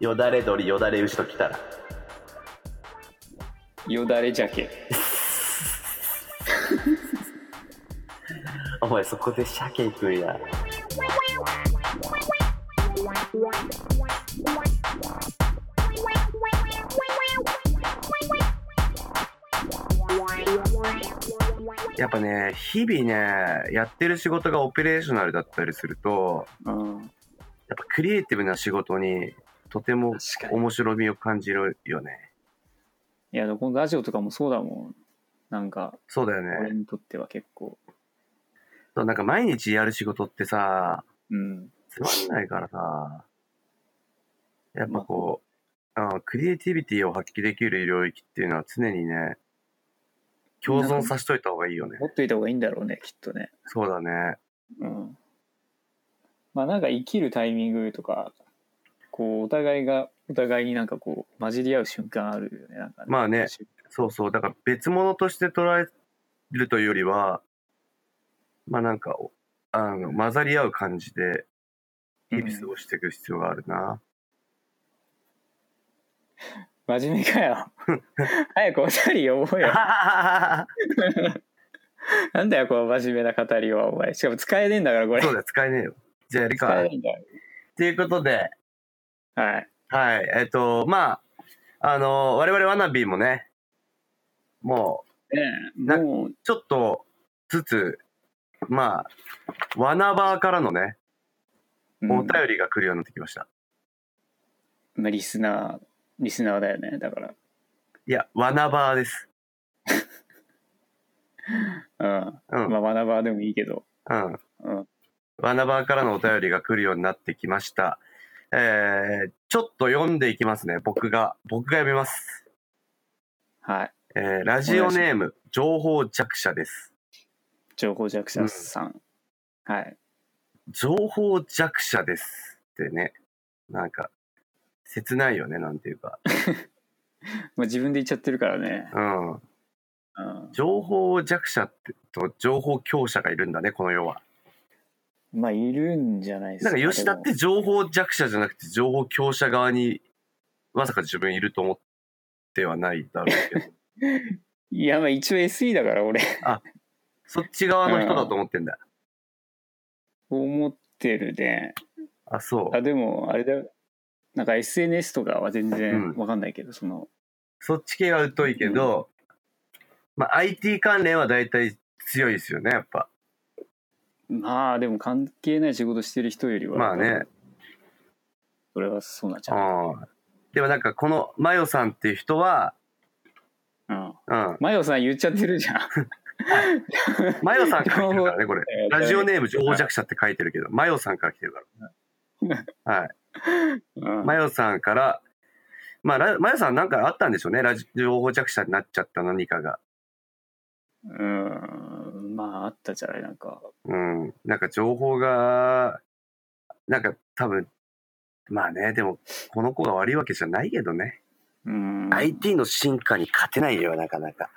よだれ鳥よだれ牛ときたらよだれじゃけ。お前そこで鮭行くんややっぱね、日々ね、やってる仕事がオペレーショナルだったりすると、うん。やっぱクリエイティブな仕事に、とても確かに。面白みを感じるよね。いや、このラジオとかもそうだもん。なんか、そうだよ俺ね。にとっては結構。そうなんか毎日やる仕事ってさ、うん。つまんないからさ、やっぱこう、うん、クリエイティビティを発揮できる領域っていうのは常にね、共存させといた方がいいよね。持っといた方がいいんだろうね、きっとね。そうだね。うん。まあなんか生きるタイミングとか、こう、お互いが、お互いになんかこう、混じり合う瞬間あるよね。なんかまあねそうそう。だから別物として捉えるというよりは、まあなんか、おあの混ざり合う感じでう日ん々過ごしていく必要があるな。真面目か よ。早くお便り呼ぼうよ。なんだよ、この真面目な語りは、お前。しかも使えねえんだから、これ。そうだよ、使えねえよ。じゃあやり使か。えっねえんだよ。ていうことで、はい。はい、えっと、まあ、あの、我々ワナビーもね、もねなえ、もうう、ちょっとずつ、まあ、ワナバーからのね、うん、お便りが来るようになってきました。まあリスナー、リスナーだよね、だかいや、ワナバーです。ら。ううん。ん、まあ、学ばでもいいけど。うん。うん。ワナバーからのお便りが来るようになってきました。えー、ちょっと読んでいきますね、僕が。僕が読みます。はい。えー、ラジオネーム、情報弱者です。情報弱者さん。はい。情報弱者ですってね、なんか、切ないよね、なんていうか。まあ、自分で言っちゃってるからね。うん。うん。情報弱者ってと、情報強者がいるんだね、この世は。まあ、いるんじゃないですなか。んか吉田って情報弱者じゃなくて、情報強者側に、まさか自分いると思ってはないだろうけど、でもいや、まあ、一応 SE だから、俺。そっち側の人だと思ってんだ。思ってるね。あ、そう。あ、でも、あれだよ。なんか SNS とかは全う然んわかんないけど、その、そっち系は疎いけど、まあ、IT 関連は大体強いですよね、やっぱ。まあでも関係ない仕事してる人よりはまあね。それはそうなっちゃう、うん。でもなんか、このマヨさんっていう人は、うん、うん。マヨさん言っちゃってるじゃんマヨさんから来てるからね、これ。ラジオネーム情報弱者って書いてるけど、マヨさんから来てるから。はい。うんマヨさんから、まあ、ラマヨさんなんかあったんでしょうね。ラジ情報弱者になっちゃった何かが。うんまああったじゃないなんかうん。なんか情報が、なんか多分、まあね、でも、この子が悪いわけじゃないけどね。うん IT の進化に勝てないよ、なかなか。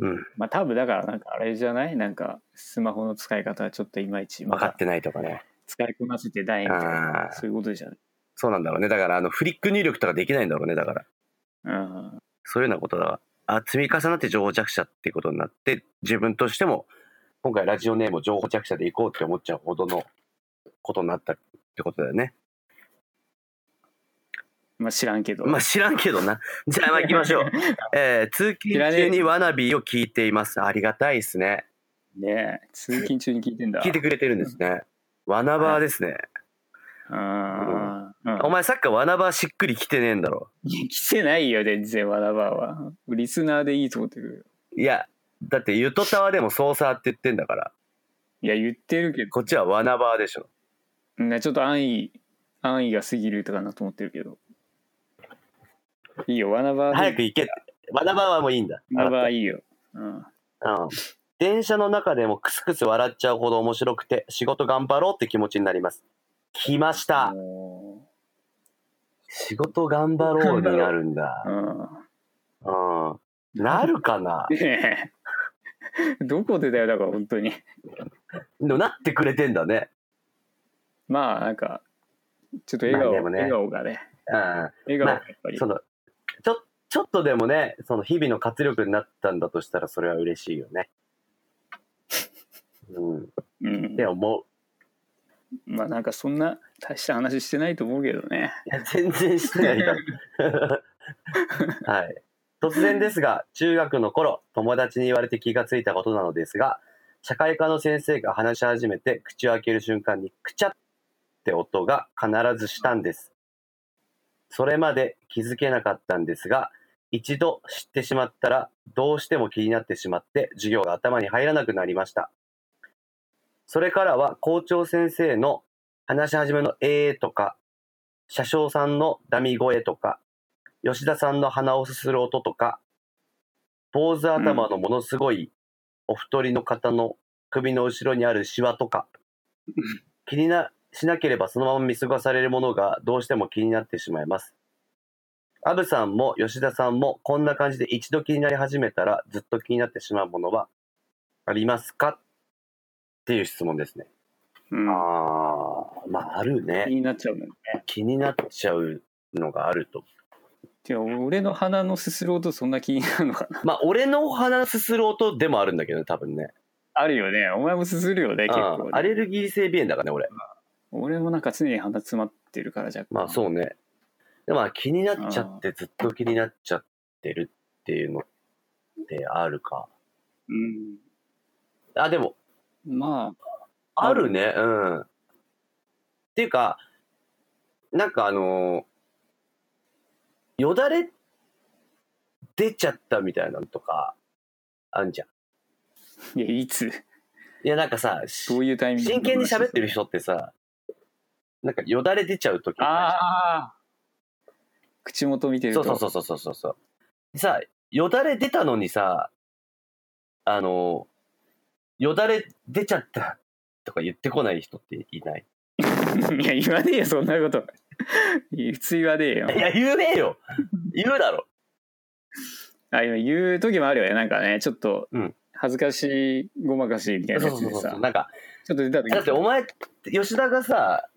うん。まあ多分だからなんかあれじゃないなんかスマホの使い方はちょっといまいちま分かだってないとかね。使いこなせてないみたいあなーそういうことじゃないそうなんだろうね。だから、あの、フリック入力とかできないんだろうね。だから、うんそういうようなことだわ。あ、積み重なって情報弱者っていうことになって、自分としても、今回ラジオネームを情報弱者でいこうって思っちゃうほどのことになったってことだよね。まあ知らんけど、まあ知らんけどな。 じゃあまあ行きましょ う。えー、通勤知らね中えにワナビーを聞いています。ありがたいですね。ねえ通勤中に聞いてんだ聞いてくれてるんですね。ワナバーですね。うん、うん、お前さっきからワナバーしっくりきてねえんだろ。来てないよ全然わらばはリスナーでいいと思ってるいや、だってゆとたわでもソーサーって言ってんだから、いや言ってるけこっちはワナバーでしょ。どねちょっと安易安易が過ぎるとかなと思ってるけどいいよわらば早く行けって。ワナバーはもういいんだ。わらばはいいよ、うん、うん電車の中でもクスクス笑っちゃうほど面白くて仕事頑張ろうって気持ちになります来ましたも仕事頑張ろうになるんだうううんなるかなんねえ どこでだよだから本当にでもなってくれてんだねまあなんかちょっと笑顔、まあでもね笑顔がね、うん笑顔がやっぱり、そのちょちょっとでもねその日々の活力になったんだとしたらそれは嬉しいよ ね。うん、っうんて、思うまあなんかそんな大した話してないと思うけどね。いや全然してないだろはい突然ですが中学の頃友達に言われて気がついたことなのですが社会科の先生が話し始めて口を開ける瞬間に「くちゃ」って音が必ずしたんですそれまで気づけなかったんですが一度知ってしまったらどうしても気になってしまって授業が頭に入らなくなりましたそれからは校長先生の話し始めの「えー」とか車掌さんのダミ声とか、吉田さんの鼻をすする音とか、坊主頭のものすごいお太りの方の首の後ろにあるシワとか、気にな、しなければそのまま見過ごされるものがどうしても気になってしまいます。アブさんも吉田さんもこんな感じで一度気になり始めたらずっと気になってしまうものはありますかっていう質問ですね。うん、ああ、まああるね気。になっちゃうもんね。気になっちゃうのがあると。てか俺の鼻のすする音そんな気になるのかなまあ、俺のお鼻すする音でもあるんだけどね、多分ね。あるよね。お前もすするよね、結構、うんアレルギー性鼻炎だからね、俺。俺もなんか常に鼻詰まってるから若干。まあ、そうね。でまあ、気になっちゃって、ずっと気になっちゃってるっていうのってあるか。うん。あ、でも、まあ、あるね、うん。っていうか、なんかあのーよだれ出ちゃったみたいなのとか、あんじゃん。いや、いつ、いや、なんかさ、しどういうタイミング真剣に喋ってる人ってさ、なんかよだれ出ちゃうときああ口元見てるそと。うそうそうそうそうそう。さ、よだれ出たのにさ、あの、よだれ出ちゃったとか言ってこない人っていない。 いや、言わねえよ、そんなこと。普通言わねえよい。や、言うねえ よ言うだろあ、今言う時もあるよね。なんかね、ちょっとうん、恥ずかしい、ごまかしいみたいそうなやそうつそうでそうさ、なんか、ちょっと出た時だってお前、吉田がさ、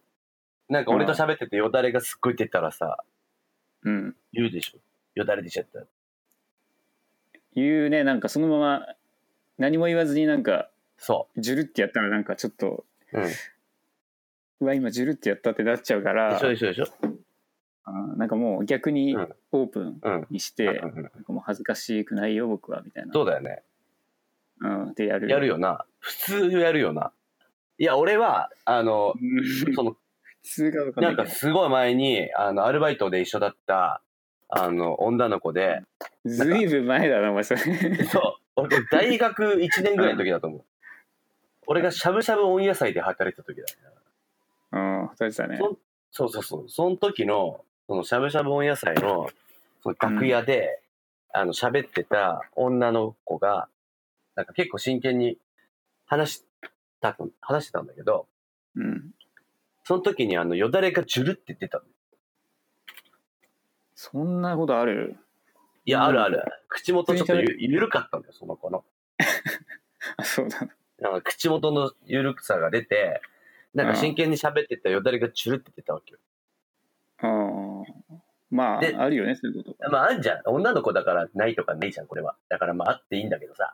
なんか俺と喋っててよだれがすっごい出たらさ、うん。言うでしょよだれ出ちゃった。言うね、なんかそのまま、何も言わずになんか、そジュルってやったらなんかちょっと、う。うん。でうわ、今ジュルってやったってなっちゃうからしょ、でしょでしょあーなんかもう逆にうんオープンうん。にして、うんうんなんかもう恥ずかしくないよ、僕は、みたいな。そうだよね。うん、でやる。やるよな。普通やるよな。いや、俺は、あのう、ん。その、 普通かどうかなわんかんかないすごい前に、あの、アルバイトで一緒だった、あの、女の子で、ずいぶん前だな、お前、それ。 そう、俺、大学1年ぐらいの時だと思う。俺がしゃぶしゃぶ温野菜で働いてた時だ。うん、二人だね。そそうそうそう。その時の、そのしゃぶしゃぶ温野菜の、その楽屋で、あの、喋ってた女の子が、なんか結構真剣に話した、話してたんだけど、うん。その時にあのよだれがジュルって出たの。そんなことある いうや、んあるある。口元ちょっとゆ緩かったんだよ、その子の。あ、そうだな。なんか口元の緩さが出て、なんか真剣に喋ってたよだれがジュルって出たわけよ。ああ。まあ、であるよね、そういうこと。まあ、あんじゃん。女の子だからないとかないじゃん、これは。だからまあ、あっていいんだけどさ。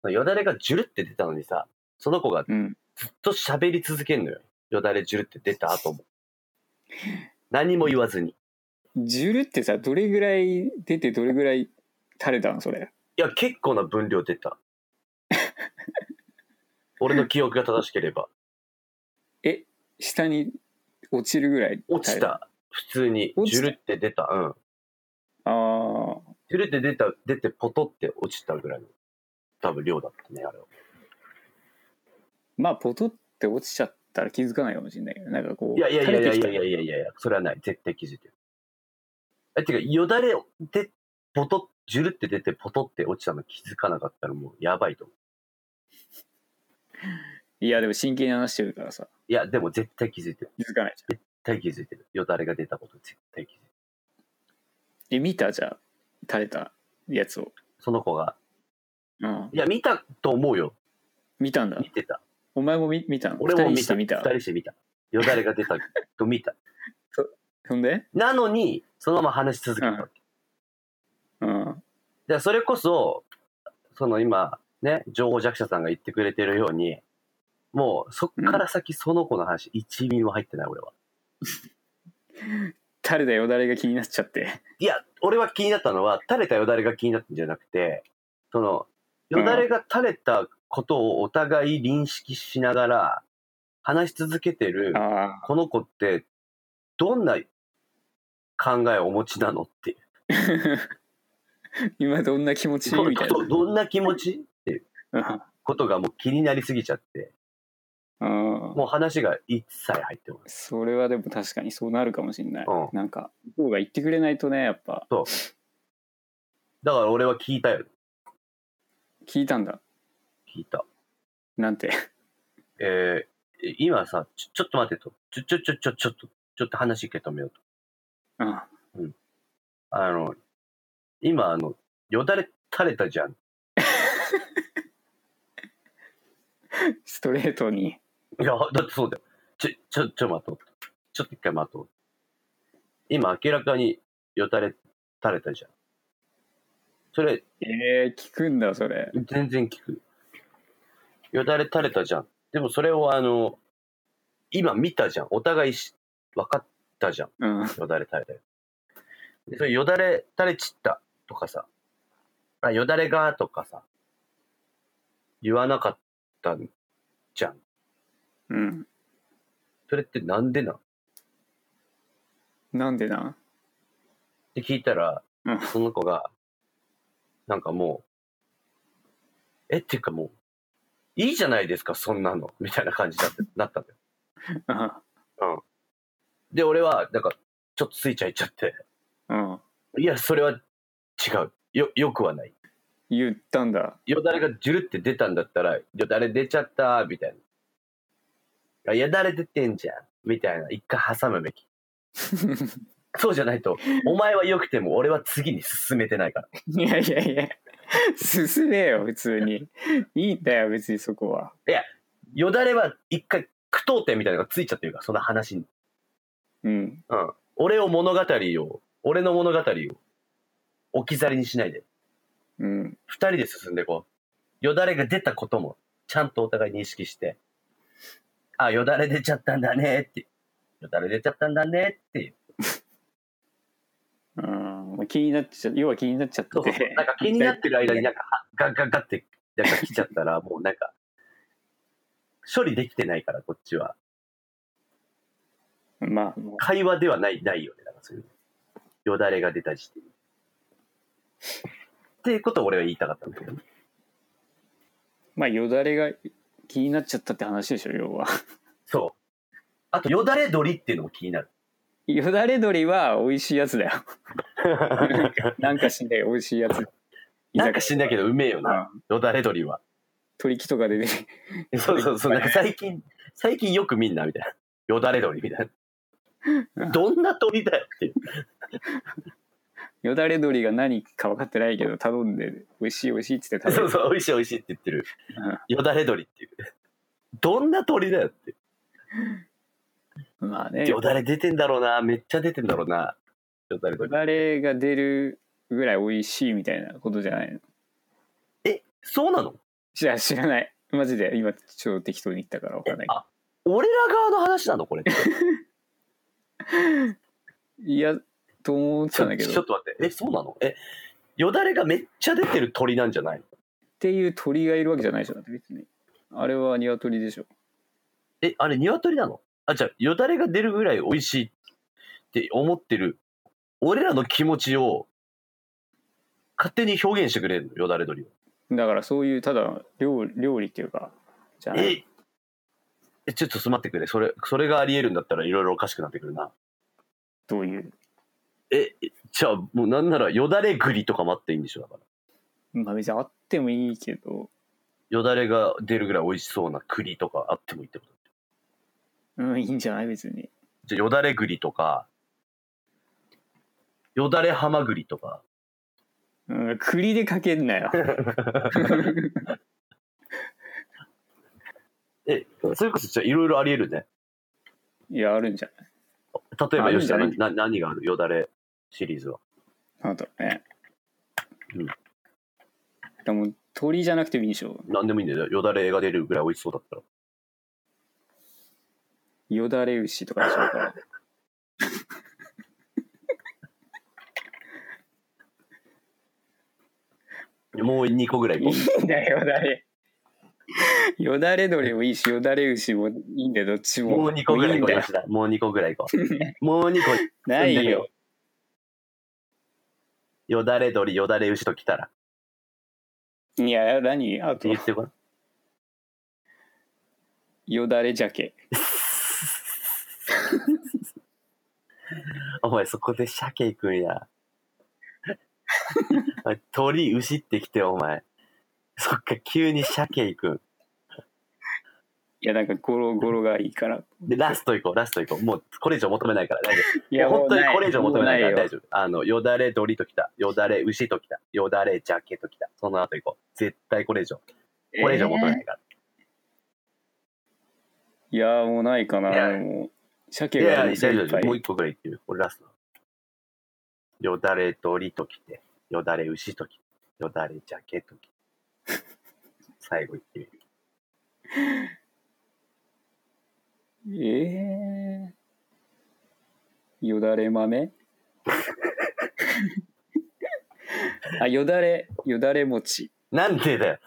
そのよだれがジュルって出たのにさ、その子がずうん。っと喋り続けんのよ。よだれジュルって出た後も。何も言わずに。ジュルってさ、どれぐらい出て、どれぐらい垂れたの、それ。いや、結構な分量出 た。俺の記憶が正しければ。下に落ちるぐらい。落ち。た。普通に。落ジちュたルって出た。うん。ああ。ジュルって出た、出てポトって落ちたぐらいの、多分量だったね、あれは。まあ、ポトって落ちちゃったら気づかないかもしれないけど、なんかこう、いやいやいやいやいやいや。やいやいやそれはない。絶対気づいてる。え、てか、よだれで、ポトジュルって出てポトって落ちたの気づかなかったらもうやばいと思う。いや、でも真剣に話してるからさ、いや、でも絶対気づいてる。気づかないじゃん。絶対気づいてる。よだれが出たこと絶対気づいてる。え、見たじゃあ、垂れたやつを。その子が、うん。いや、見たと思うよ。見たんだ見。てた。お前も見見たの俺も二人見。したて見た。二人して見た。よだれが出たと見た。ほんでなのに、そのまま話し続けたわけ。うん。じゃあそれこそ、その今、ね、情報弱者さんが言ってくれてるように、もうそっから先その子の話、1ミリも入ってない、俺は。誰だよだれが気になっちゃって。いや、俺は気になったのは、垂れたよだれが気になったんじゃなくて、その、よだれが垂れたことをお互い認識しながら、話し続けてる、あこの子って、どんな考えをお持ちなのっていう。あ。今どんな気持ちみたいどどんな気持ちな。ことがもう気になりすぎちゃって、 うん。うんもう話が一切入ってこない。それはでも確かにそうなるかもしれない。うんなんか、向こうが言ってくれないとね、やっぱ、だから俺は聞いたよ。聞いたんだ。聞いた。なんて。えー今さちょ、ちょっと待ってと。ちょ、ちょ、ちょ、ちょ、ちょっと、ちょっと話受け止めようと。うん。あの、今、あの、よだれ垂れたじゃん。ストレートに。いや、だってそうだよ。ちょ、ちょ、ちょ、待とう。ちょっと一回待とう。今、明らかによだれ垂れたじゃん。それ、えー、聞くんだ、それ。全然聞く。よだれ垂れたじゃん。でもそれをあの、今見たじゃん。お互いし分かったじゃん。うん。よだれ垂れたよ。でそれよだれ垂れ散ったとかさ、あ、よだれがとかさ、言わなかったじゃん。うん。それってなんでなんなんでなって聞いたら、うんその子が、なんかもう、え、っていうかもう、いいじゃないですか、そんなの。みたいな感じだってなったんだよで、俺は、なんか、ちょっとついちゃいっちゃって、うん。うんいや、それは違う。よ、よくはない。言ったんだ。 よだれがジュルって出たんだったら、よだれ出ちゃった、みたいな。あよだれ出てんじゃん、みたいな。一回挟むべき。そうじゃないと、お前は良くても、俺は次に進めてないから。いやいやいや。進めよ、普通に。いいんだよ、別にそこは。よだれは一回、苦闘点みたいなのがついちゃってるから、その話に。うん。うん。俺を物語を、俺の物語を置き去りにしないで。うん。二人で進んでこう。よだれが出たことも、ちゃんとお互い認識して、あ、よだれ出ちゃったんだねって。よだれ出ちゃったんだねって。うん。気になっちゃ、要は気になっちゃっそうそうて。なんか気になってる 間になんか、あガッガッガッって、なんか来ちゃったら、もうなんか、処理できてないから、こっちは。 まあ、会話ではない、ないよね。なんかそういう。よだれが出た時点で。っていうことを俺は言いたかったんだけど。まあ、よだれが気になっちゃったって話でしょ、要は。 そう。あと、よだれ鳥っていうのも気にな る。よだれ鶏は美味しいや つだよ。なんかしんない美味しいやつ。なんか死んだけど、うめえような。んよだれ鳥は。鳥木とかでね。 そうそうそう、なんか最近、最近よく見んな、みたいな。よだれ鳥みたいな。どんな鳥だよっていう。よだれ鶏が何か分かってないけど頼んで美味しい美味しいっつって食べそるうそう、美味しい美味しいって言ってるうん。よだれ鳥っていう。どんな鳥だよって。まあねよだれ出てんだろうな、めっちゃ出てんだろうな。よだれよ鳥。だれが出るぐらい美味しいみたいなことじゃないのえ、そうなの知ら知らないマジで今ちょっと適当に言ったから分かんないあ、俺ら側の話なの これって。いやと思っちたょんだけちょどっっと待って。え、そうなのえ、よだれがめっちゃ出てる鳥なんじゃないていう鳥がいるわけじゃないでしょだって別にあれは鶏でしょえ、あれ、鶏なのあ、じゃあ、よだれが出るぐらい美味しいって思ってる、俺らの気持ちを、勝手に表現してくれるの、よだれ鳥を。だからそういうただ料料理っていうかじゃないえ、えちょっとすまってくれ。それ、それがあり得るんだったら、いろいろおかしくなってくるな。どういうえ、じゃあ、もうなんなら、よだれ栗とかもあっていいんでしょ、だから。まあ別にあってもいいけどよだれが出るぐらい美味しそうな栗とかあってもいいってこと。うんいいんじゃない別にじゃあ、よだれ栗とか、よだれハマグリとか。うん栗でかけんな よえ、それこそ、じゃあ、いろいろあり得るね。いやあるんじゃない例えば、ある吉んじ田ゃないのな何があるよだれシリーズは。なんだろうね。うんでも、鳥じゃなくてもいいでしょ。何でもいいんだよ。よだれが出るぐらい美味しそうだったら。よだれ牛とかでしょうか。もう2個ぐらいい行こいんだよ、よだれ。よだれ鳥もいいし、よだれ牛もいいんだよ、どっちう。も。もう2個ぐらいも行こ。ういいうんだよ吉田もう2個ぐらい行こう。もう2個。ないよ。よだれ鶏、よだれ牛と来たら。いや、何あと言、って ごらん。よだれ鮭。お前そこで鮭行くんや。お前鳥、牛って来てお前。そっか、急に鮭行くん。いや、なんかゴロゴロがいいから。で、ラスト行こう、ラスト行こう。もうこれ以上求めないから大丈夫。いや、本当にもうなこれ以上求めないかもらう大丈夫。あの、よだれ鶏ときた、よだれ牛ときた、よだれ鮭ときた、その後行こう。絶対これ以上。これ以上求めないから。いや、もうないかいやな。もう、鮭いがやいもうや、大丈夫精大丈一杯夫。もう一個ぐらい行ってる。これラスト。よだれ鶏ときて、よだれ牛ときて、よだれ鮭ときて。 最後行ってみる。ええよだれ 豆あ、よだれ、よだれ餅。なんで だよ。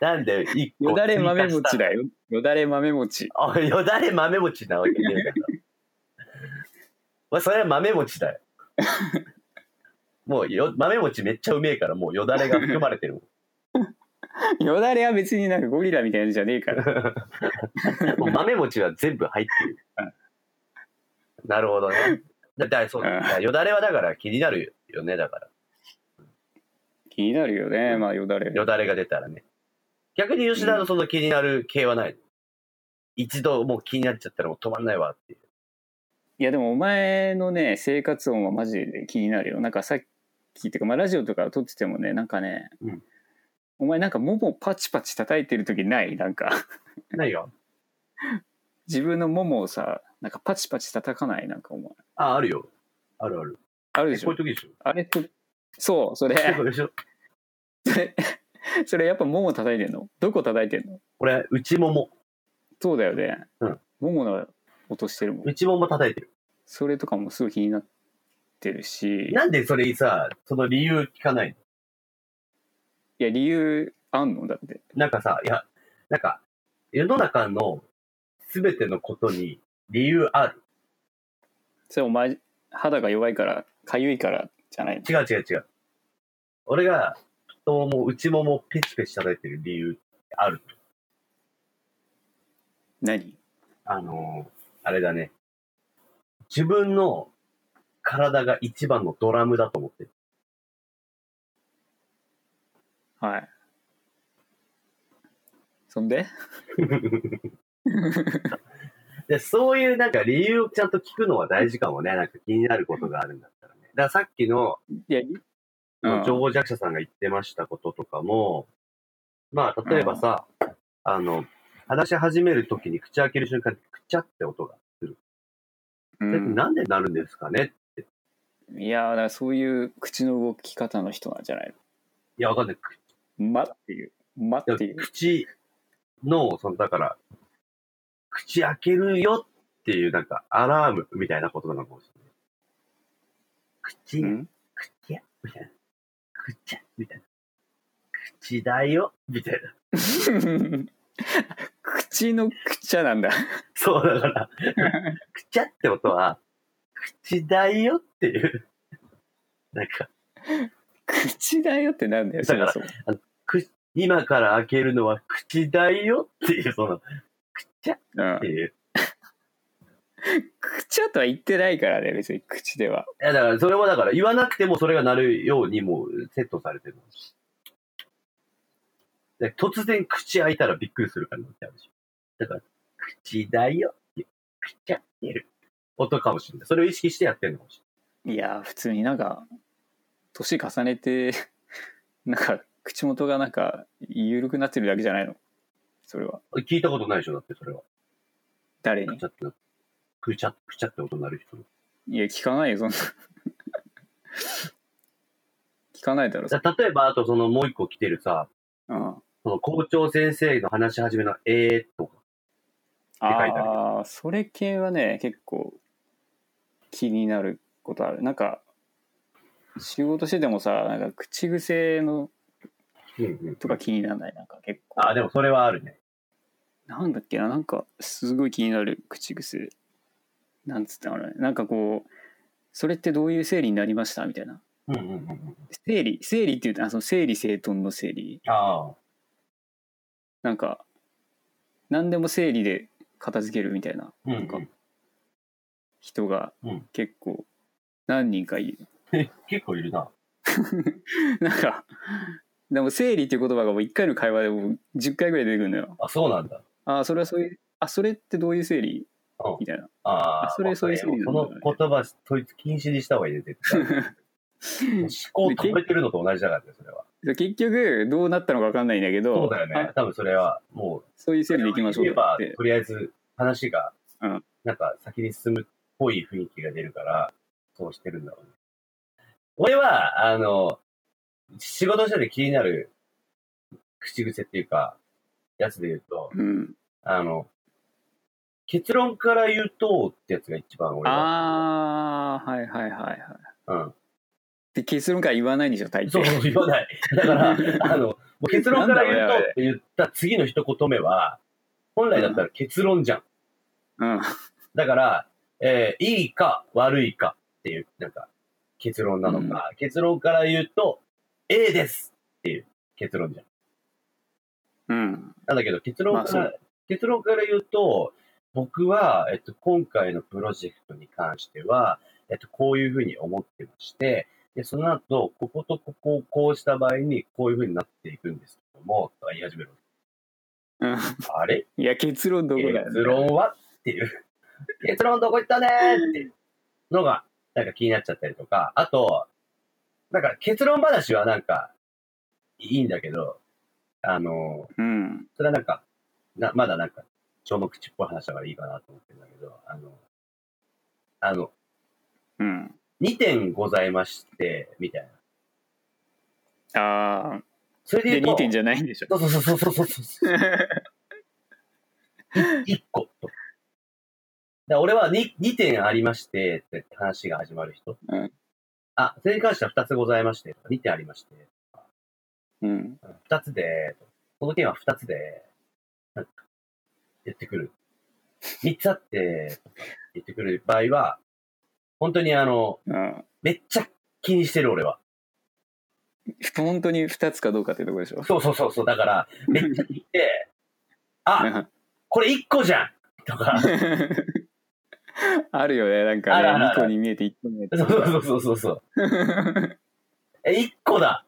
なんで一個よだれ豆追加した餅だよ。よだれ豆餅。あ、よだれ豆餅なわけねえだろ。まあ、それは豆餅 だよ。もうよ豆餅めっちゃうめえから、もうよだれが含まれてるもん。よだれは別になんかゴリラみたいなのじゃねえから。 もう豆餅は全部入ってる。なるほどね。だだそうだだからよだれはだから気になるよね、だから。気になるよね、まあよだれ。よだれが出たらね。逆に吉田のその気になる系はない。一度もう気になっちゃったらもう止まんないわっていう。いやでもお前のね、生活音はマジで気になるよ。なんかさっきっていうか、まあラジオとか撮っててもね、なんかね、うんお前なんかももパチパチ叩いてる時ないなんか。何が自分のももをさなんかパチパチ叩かないなんかお前あ、あるよ。あるある。あこういるでうしょ時でしょ。あれとそうそそういうれことでしょそれやっぱもも叩いてんのどこ叩いてんの俺、内もも。そうだよね、うんももの音してるもん内もも叩いてる。それとかもすごい気になってるしなんでそれさ、その理由聞かないのいや理由あんのだってなんかさ、いや、なんか、世の中の全てのことに理由ある。それお前肌が弱いからかゆいからじゃないの違う違う違う。俺が、太もも、内ももをペチペチ叩いてる理由ってある。何あのーあれだね。自分の体が一番のドラムだと思ってる。はいそんでで、そういうなんか理由をちゃんと聞くのは大事かもね。なんか気になることがあるんだったらね。だからさっきの、いや、うん情報弱者さんが言ってましたこととかも、まあ、例えばさ、あの、話し始めるときに口開ける瞬間に、くちゃって音が。うそれってんなんでなるんですかね、いやだからそういう口の動き方の人なんじゃないいや、わかんない。くのまっていうまっていう口の、その、だから、口開けるよっていう、なんか、アラームみたいなことなのかもしれない。口、うん口や、みたいな。口や、みたいな。口だよ、みたいな。 口のくちゃなんだ。そう、だ から、くちゃって音は、口だよっていう。なんか、口だよってなんだよ、そだかもらそも。今から開けるのは口だよっていう、その、うんっていう。くちゃとは言ってないからね、別に口では。いや、だから、それはだから、言わなくてもそれが鳴るようにもうセットされてるので突然口開いたらびっくりするからなってあるし。だから、口だよっていう、口開ける音かもしれない。それを意識してやってるのかもしいや、普通になんか、年重ねて、 なんか、口元がなんか、緩くなってるだけじゃないのそれは。れない。聞いたことないでしょ、だってそれは。誰くにちゃってな、くちゃ、くちゃってことになる人。いや、聞かないよ、そんな。聞かないだろ、じそゃあ例えば、あとそのもう一個来てるさ、うん。その校長先生の話し始めのえーとか。書いてあるああ、それ系はね、結構気になることある。なんか、仕事しててもさ、なんか口癖のうんうんとか気にならない、なんか結構。あ、でもそれはあるね。なんだっけな、なんかすごい気になる口癖。なんつったのかな、なんかこう、それってどういう整理になりましたみたいな。うんうんうんうん。整理、整理って言うと、あ、その整理整頓の整理。ああ。なんか、何でも整理で片付けるみたいなうん、うなんかん。人がうん結構何人かいる。 え結構いるな。なんか、でも整理っていう言葉がもう1回の会話でもう10回ぐらい出てくるのよ。あ、そうなんだ。ああ、それはそういう、あ、それってどういう整理うんみたいな。あああ。それそういう人いるんだこの言葉、そいつ禁止にした方がいいね、絶対。 思考を止めてるのと同じだからね、それは。結局、どうなったのか分かんないんだけど、そうだよねあ。多分それは、もう、そういう整理でいきましょう言えとかばって。とりあえず、話がうん、なんか先に進むっぽい雰囲気が出るから、そうしてるんだろうね。俺は、あの、仕事してて気になる口癖っていうか、やつで言うと、うん、あの、結論から言うとってやつが一番俺は。あああ、はいはいはいはい。うん。で、結論から言わないんでしょ、大 抵。そうそう、言わない。だから、あの、もう結論から言うとって言った次の一言目は、本来だったら結論じゃん。うん。だから、えーいいか悪いかっていう、なんか、結論なのか、結論から言うと、A ですっていう結論じゃん。うん。なんだけど、結論から、まあ結論から言うと、僕は、えっと、今回のプロジェクトに関しては、えっと、こういうふうに思ってまして、で、その後、こことここをこうした場合に、こういうふうになっていくんですけども、とか言い始める。うんあれいや、結論どこだよ。結論はっていう。 結論どこ行ったねーっていうのが、なんか気になっちゃったりとか、あと、なんか結論話はなんか、いいんだけど、あの、うん。それはなんか、なまだなんか、超の口っぽい話だからいいかなと思ってるんだけど、あの、あの、うん。 2点ございまして、みたいな。ああ。それでで、言2うと、点じゃないんでしょ。そうそうそうそうそうそう。1個と。だから俺は 2, 2点ありましてって話が始まる人。うんあ、それに関しては2つございましてとか、2点ありまして。うん。 2つで、この件は2つで、なんか言ってくる。3つあって、言ってくる場合は、本当にあの、うん。めっちゃ気にしてる俺は。本当に2つかどうかってとこでしょ。 そうそうそうそう。だから、めっちゃ聞いて、あ、これ1個じゃんとか。あるよね、なんかあね、るあるあ2る個に見えて1個に見えて。そうそうそうそうそう。え、1個だ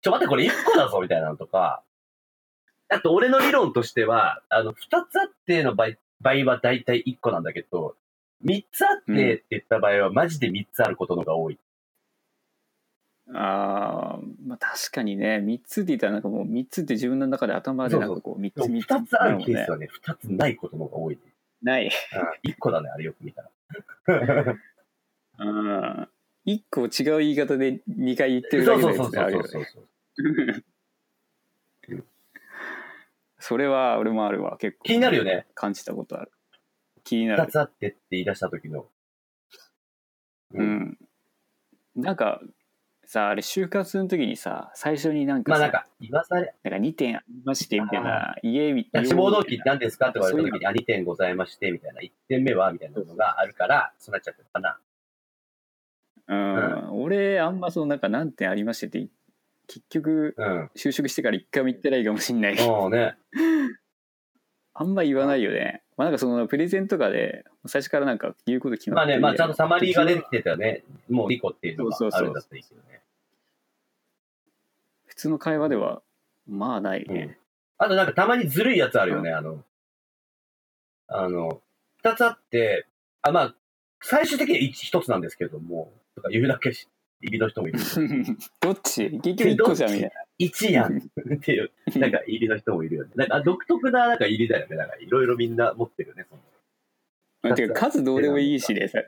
ちょ、待って、これ1個だぞみたいなのとか。あと、俺の理論としては、あの、2つあっての場合場合は大体1個なんだけど、3つあってって言った場合は、マジで3つあることのが多い。ああ、まあ確かにね、3つって言ったらなんかもう3つって自分の中で頭でなんかこう3つ2 3つつあるケーねス。はね、2つないことのが多い、ね。ない。 1個だね、あれよく見たら。うん。1個違う言い方で2回言ってるそだうけそうそのやうつねあるそようそね。うそう。それは俺もあるわ、結構。気になるよね。感じたことある。気にな2る。つあってって言い出した時の。う。ん。なんか、さ、あれ、就活の時にさ、最初になんかまあさ、なんか、言わされ、なんか2点ありまして、みたいな、家みたいな。志望動機って何ですかって言われた時に、あ、2点ございまして、みたいな、1点目はみたいなのがあるから、そうなっちゃったのかな。うん、俺あんまそのなんか何点ありましてって結局うん。就職してから一回も言ってないかもしんないそうね。あんま言わないよね、まあ、なんかそのプレゼンとかで最初からなんか言うこと決ままあってね、るまあちゃんとサマリーが出てきてたね。もう2個っていうのがあるんだったらいいけどね。普通の会話ではまあないうんね、あとなんかたまにずるいやつあるよね、あの、あの、2つあって、あ、まあ、最終的に1つなんですけども、とか言うだけし、入りの人 もいる。 どっち結局一個じゃんみたい1やんっていう、なんか入りの人もいるよね。なんか独特ななんか入りだよね。なんかいろいろみんな持ってるよね、その まあ、てか数どうでもいいしね、さ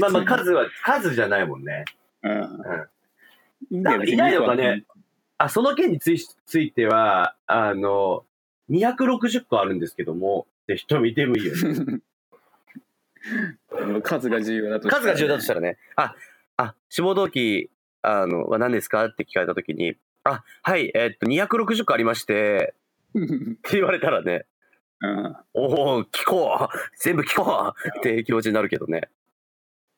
まあまあ数は、数じゃないもんね。うん。いいんなだよんか別にいないのかね。あ、その件についついては、あの、260個あるんですけども、って人見てもいいよね。 数が重要だ と数が重要だとしたらね、あ、あ、志望動機、あの、は何ですかって聞かれたときに、あ、はい、えっと、260個ありまして、うんって言われたらね、うんおお聞こう全部聞こうって気持ちになるけどね。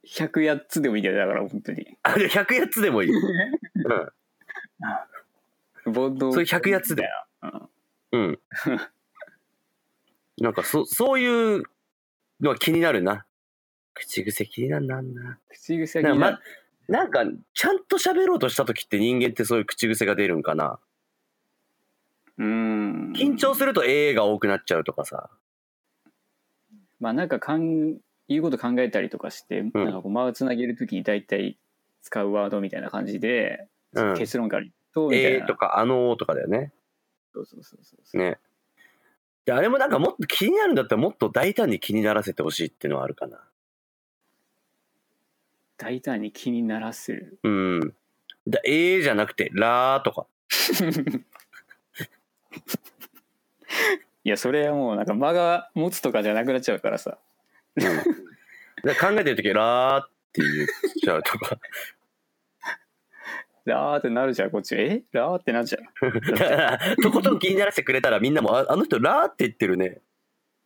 100やっつでもいいんだよだから本当にあ、で100やつでもいい。うん。ボンドそれ100やつで うん。なんかそ、そういうのは気になるな。口癖気になるなんな。口癖ながんか、ま、なんかちゃんと喋ろうとした時って人間ってそういう口癖が出るんかな。うん緊張すると A が多くなっちゃうとかさ。まあなんかかん言うこと考えたりとかして、なんかこう間をつなげるときに大体使うワードみたいな感じで、うん。結論から言うとみたい A な、とかあのーとかだよね。そうそうそうそう、ね。で、あれもなんかもっと気になるんだったらもっと大胆に気にならせてほしいっていうのはあるかな。大胆に気にならせるうん。だ A じゃなくて、ラーとか。いやそれはもうなんか間が持つとかじゃなくなっちゃうからさ だから考えてる時ラーって言っちゃうとか。ラーってなるじゃんこっちえラーってなっちゃうだから とことん気にならせてくれたらみんなも、ああの人ラーって言ってるね。っ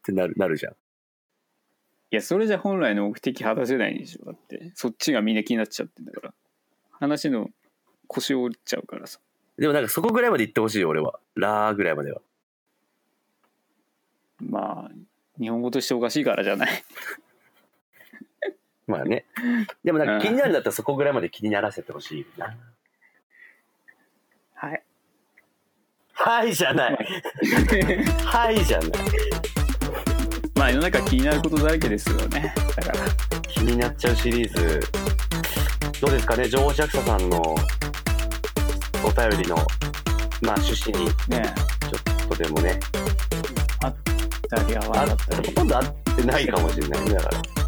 てなる、なるじゃん。いやそれじゃ本来の目的果たせないでしょだってそっちがみんな気になっちゃってんだから話の腰を折っちゃうからさでもなんかそこぐらいまで言ってほしいよ、俺は。ラーぐらいまでは。まあ日本語としておかしいからじゃないまあね。でもなんか気になるんだったらそこぐらいまで気にならせてほしいな。はいはいじゃない。はいじゃない。 まあ世の中気になることだらけですよねだから気になっちゃうシリーズ。どうですかね、情報弱者さんのお便りの、まあ趣旨にねとてもね、あったり合わなかったほりとんど合ってないかもしれないねだから。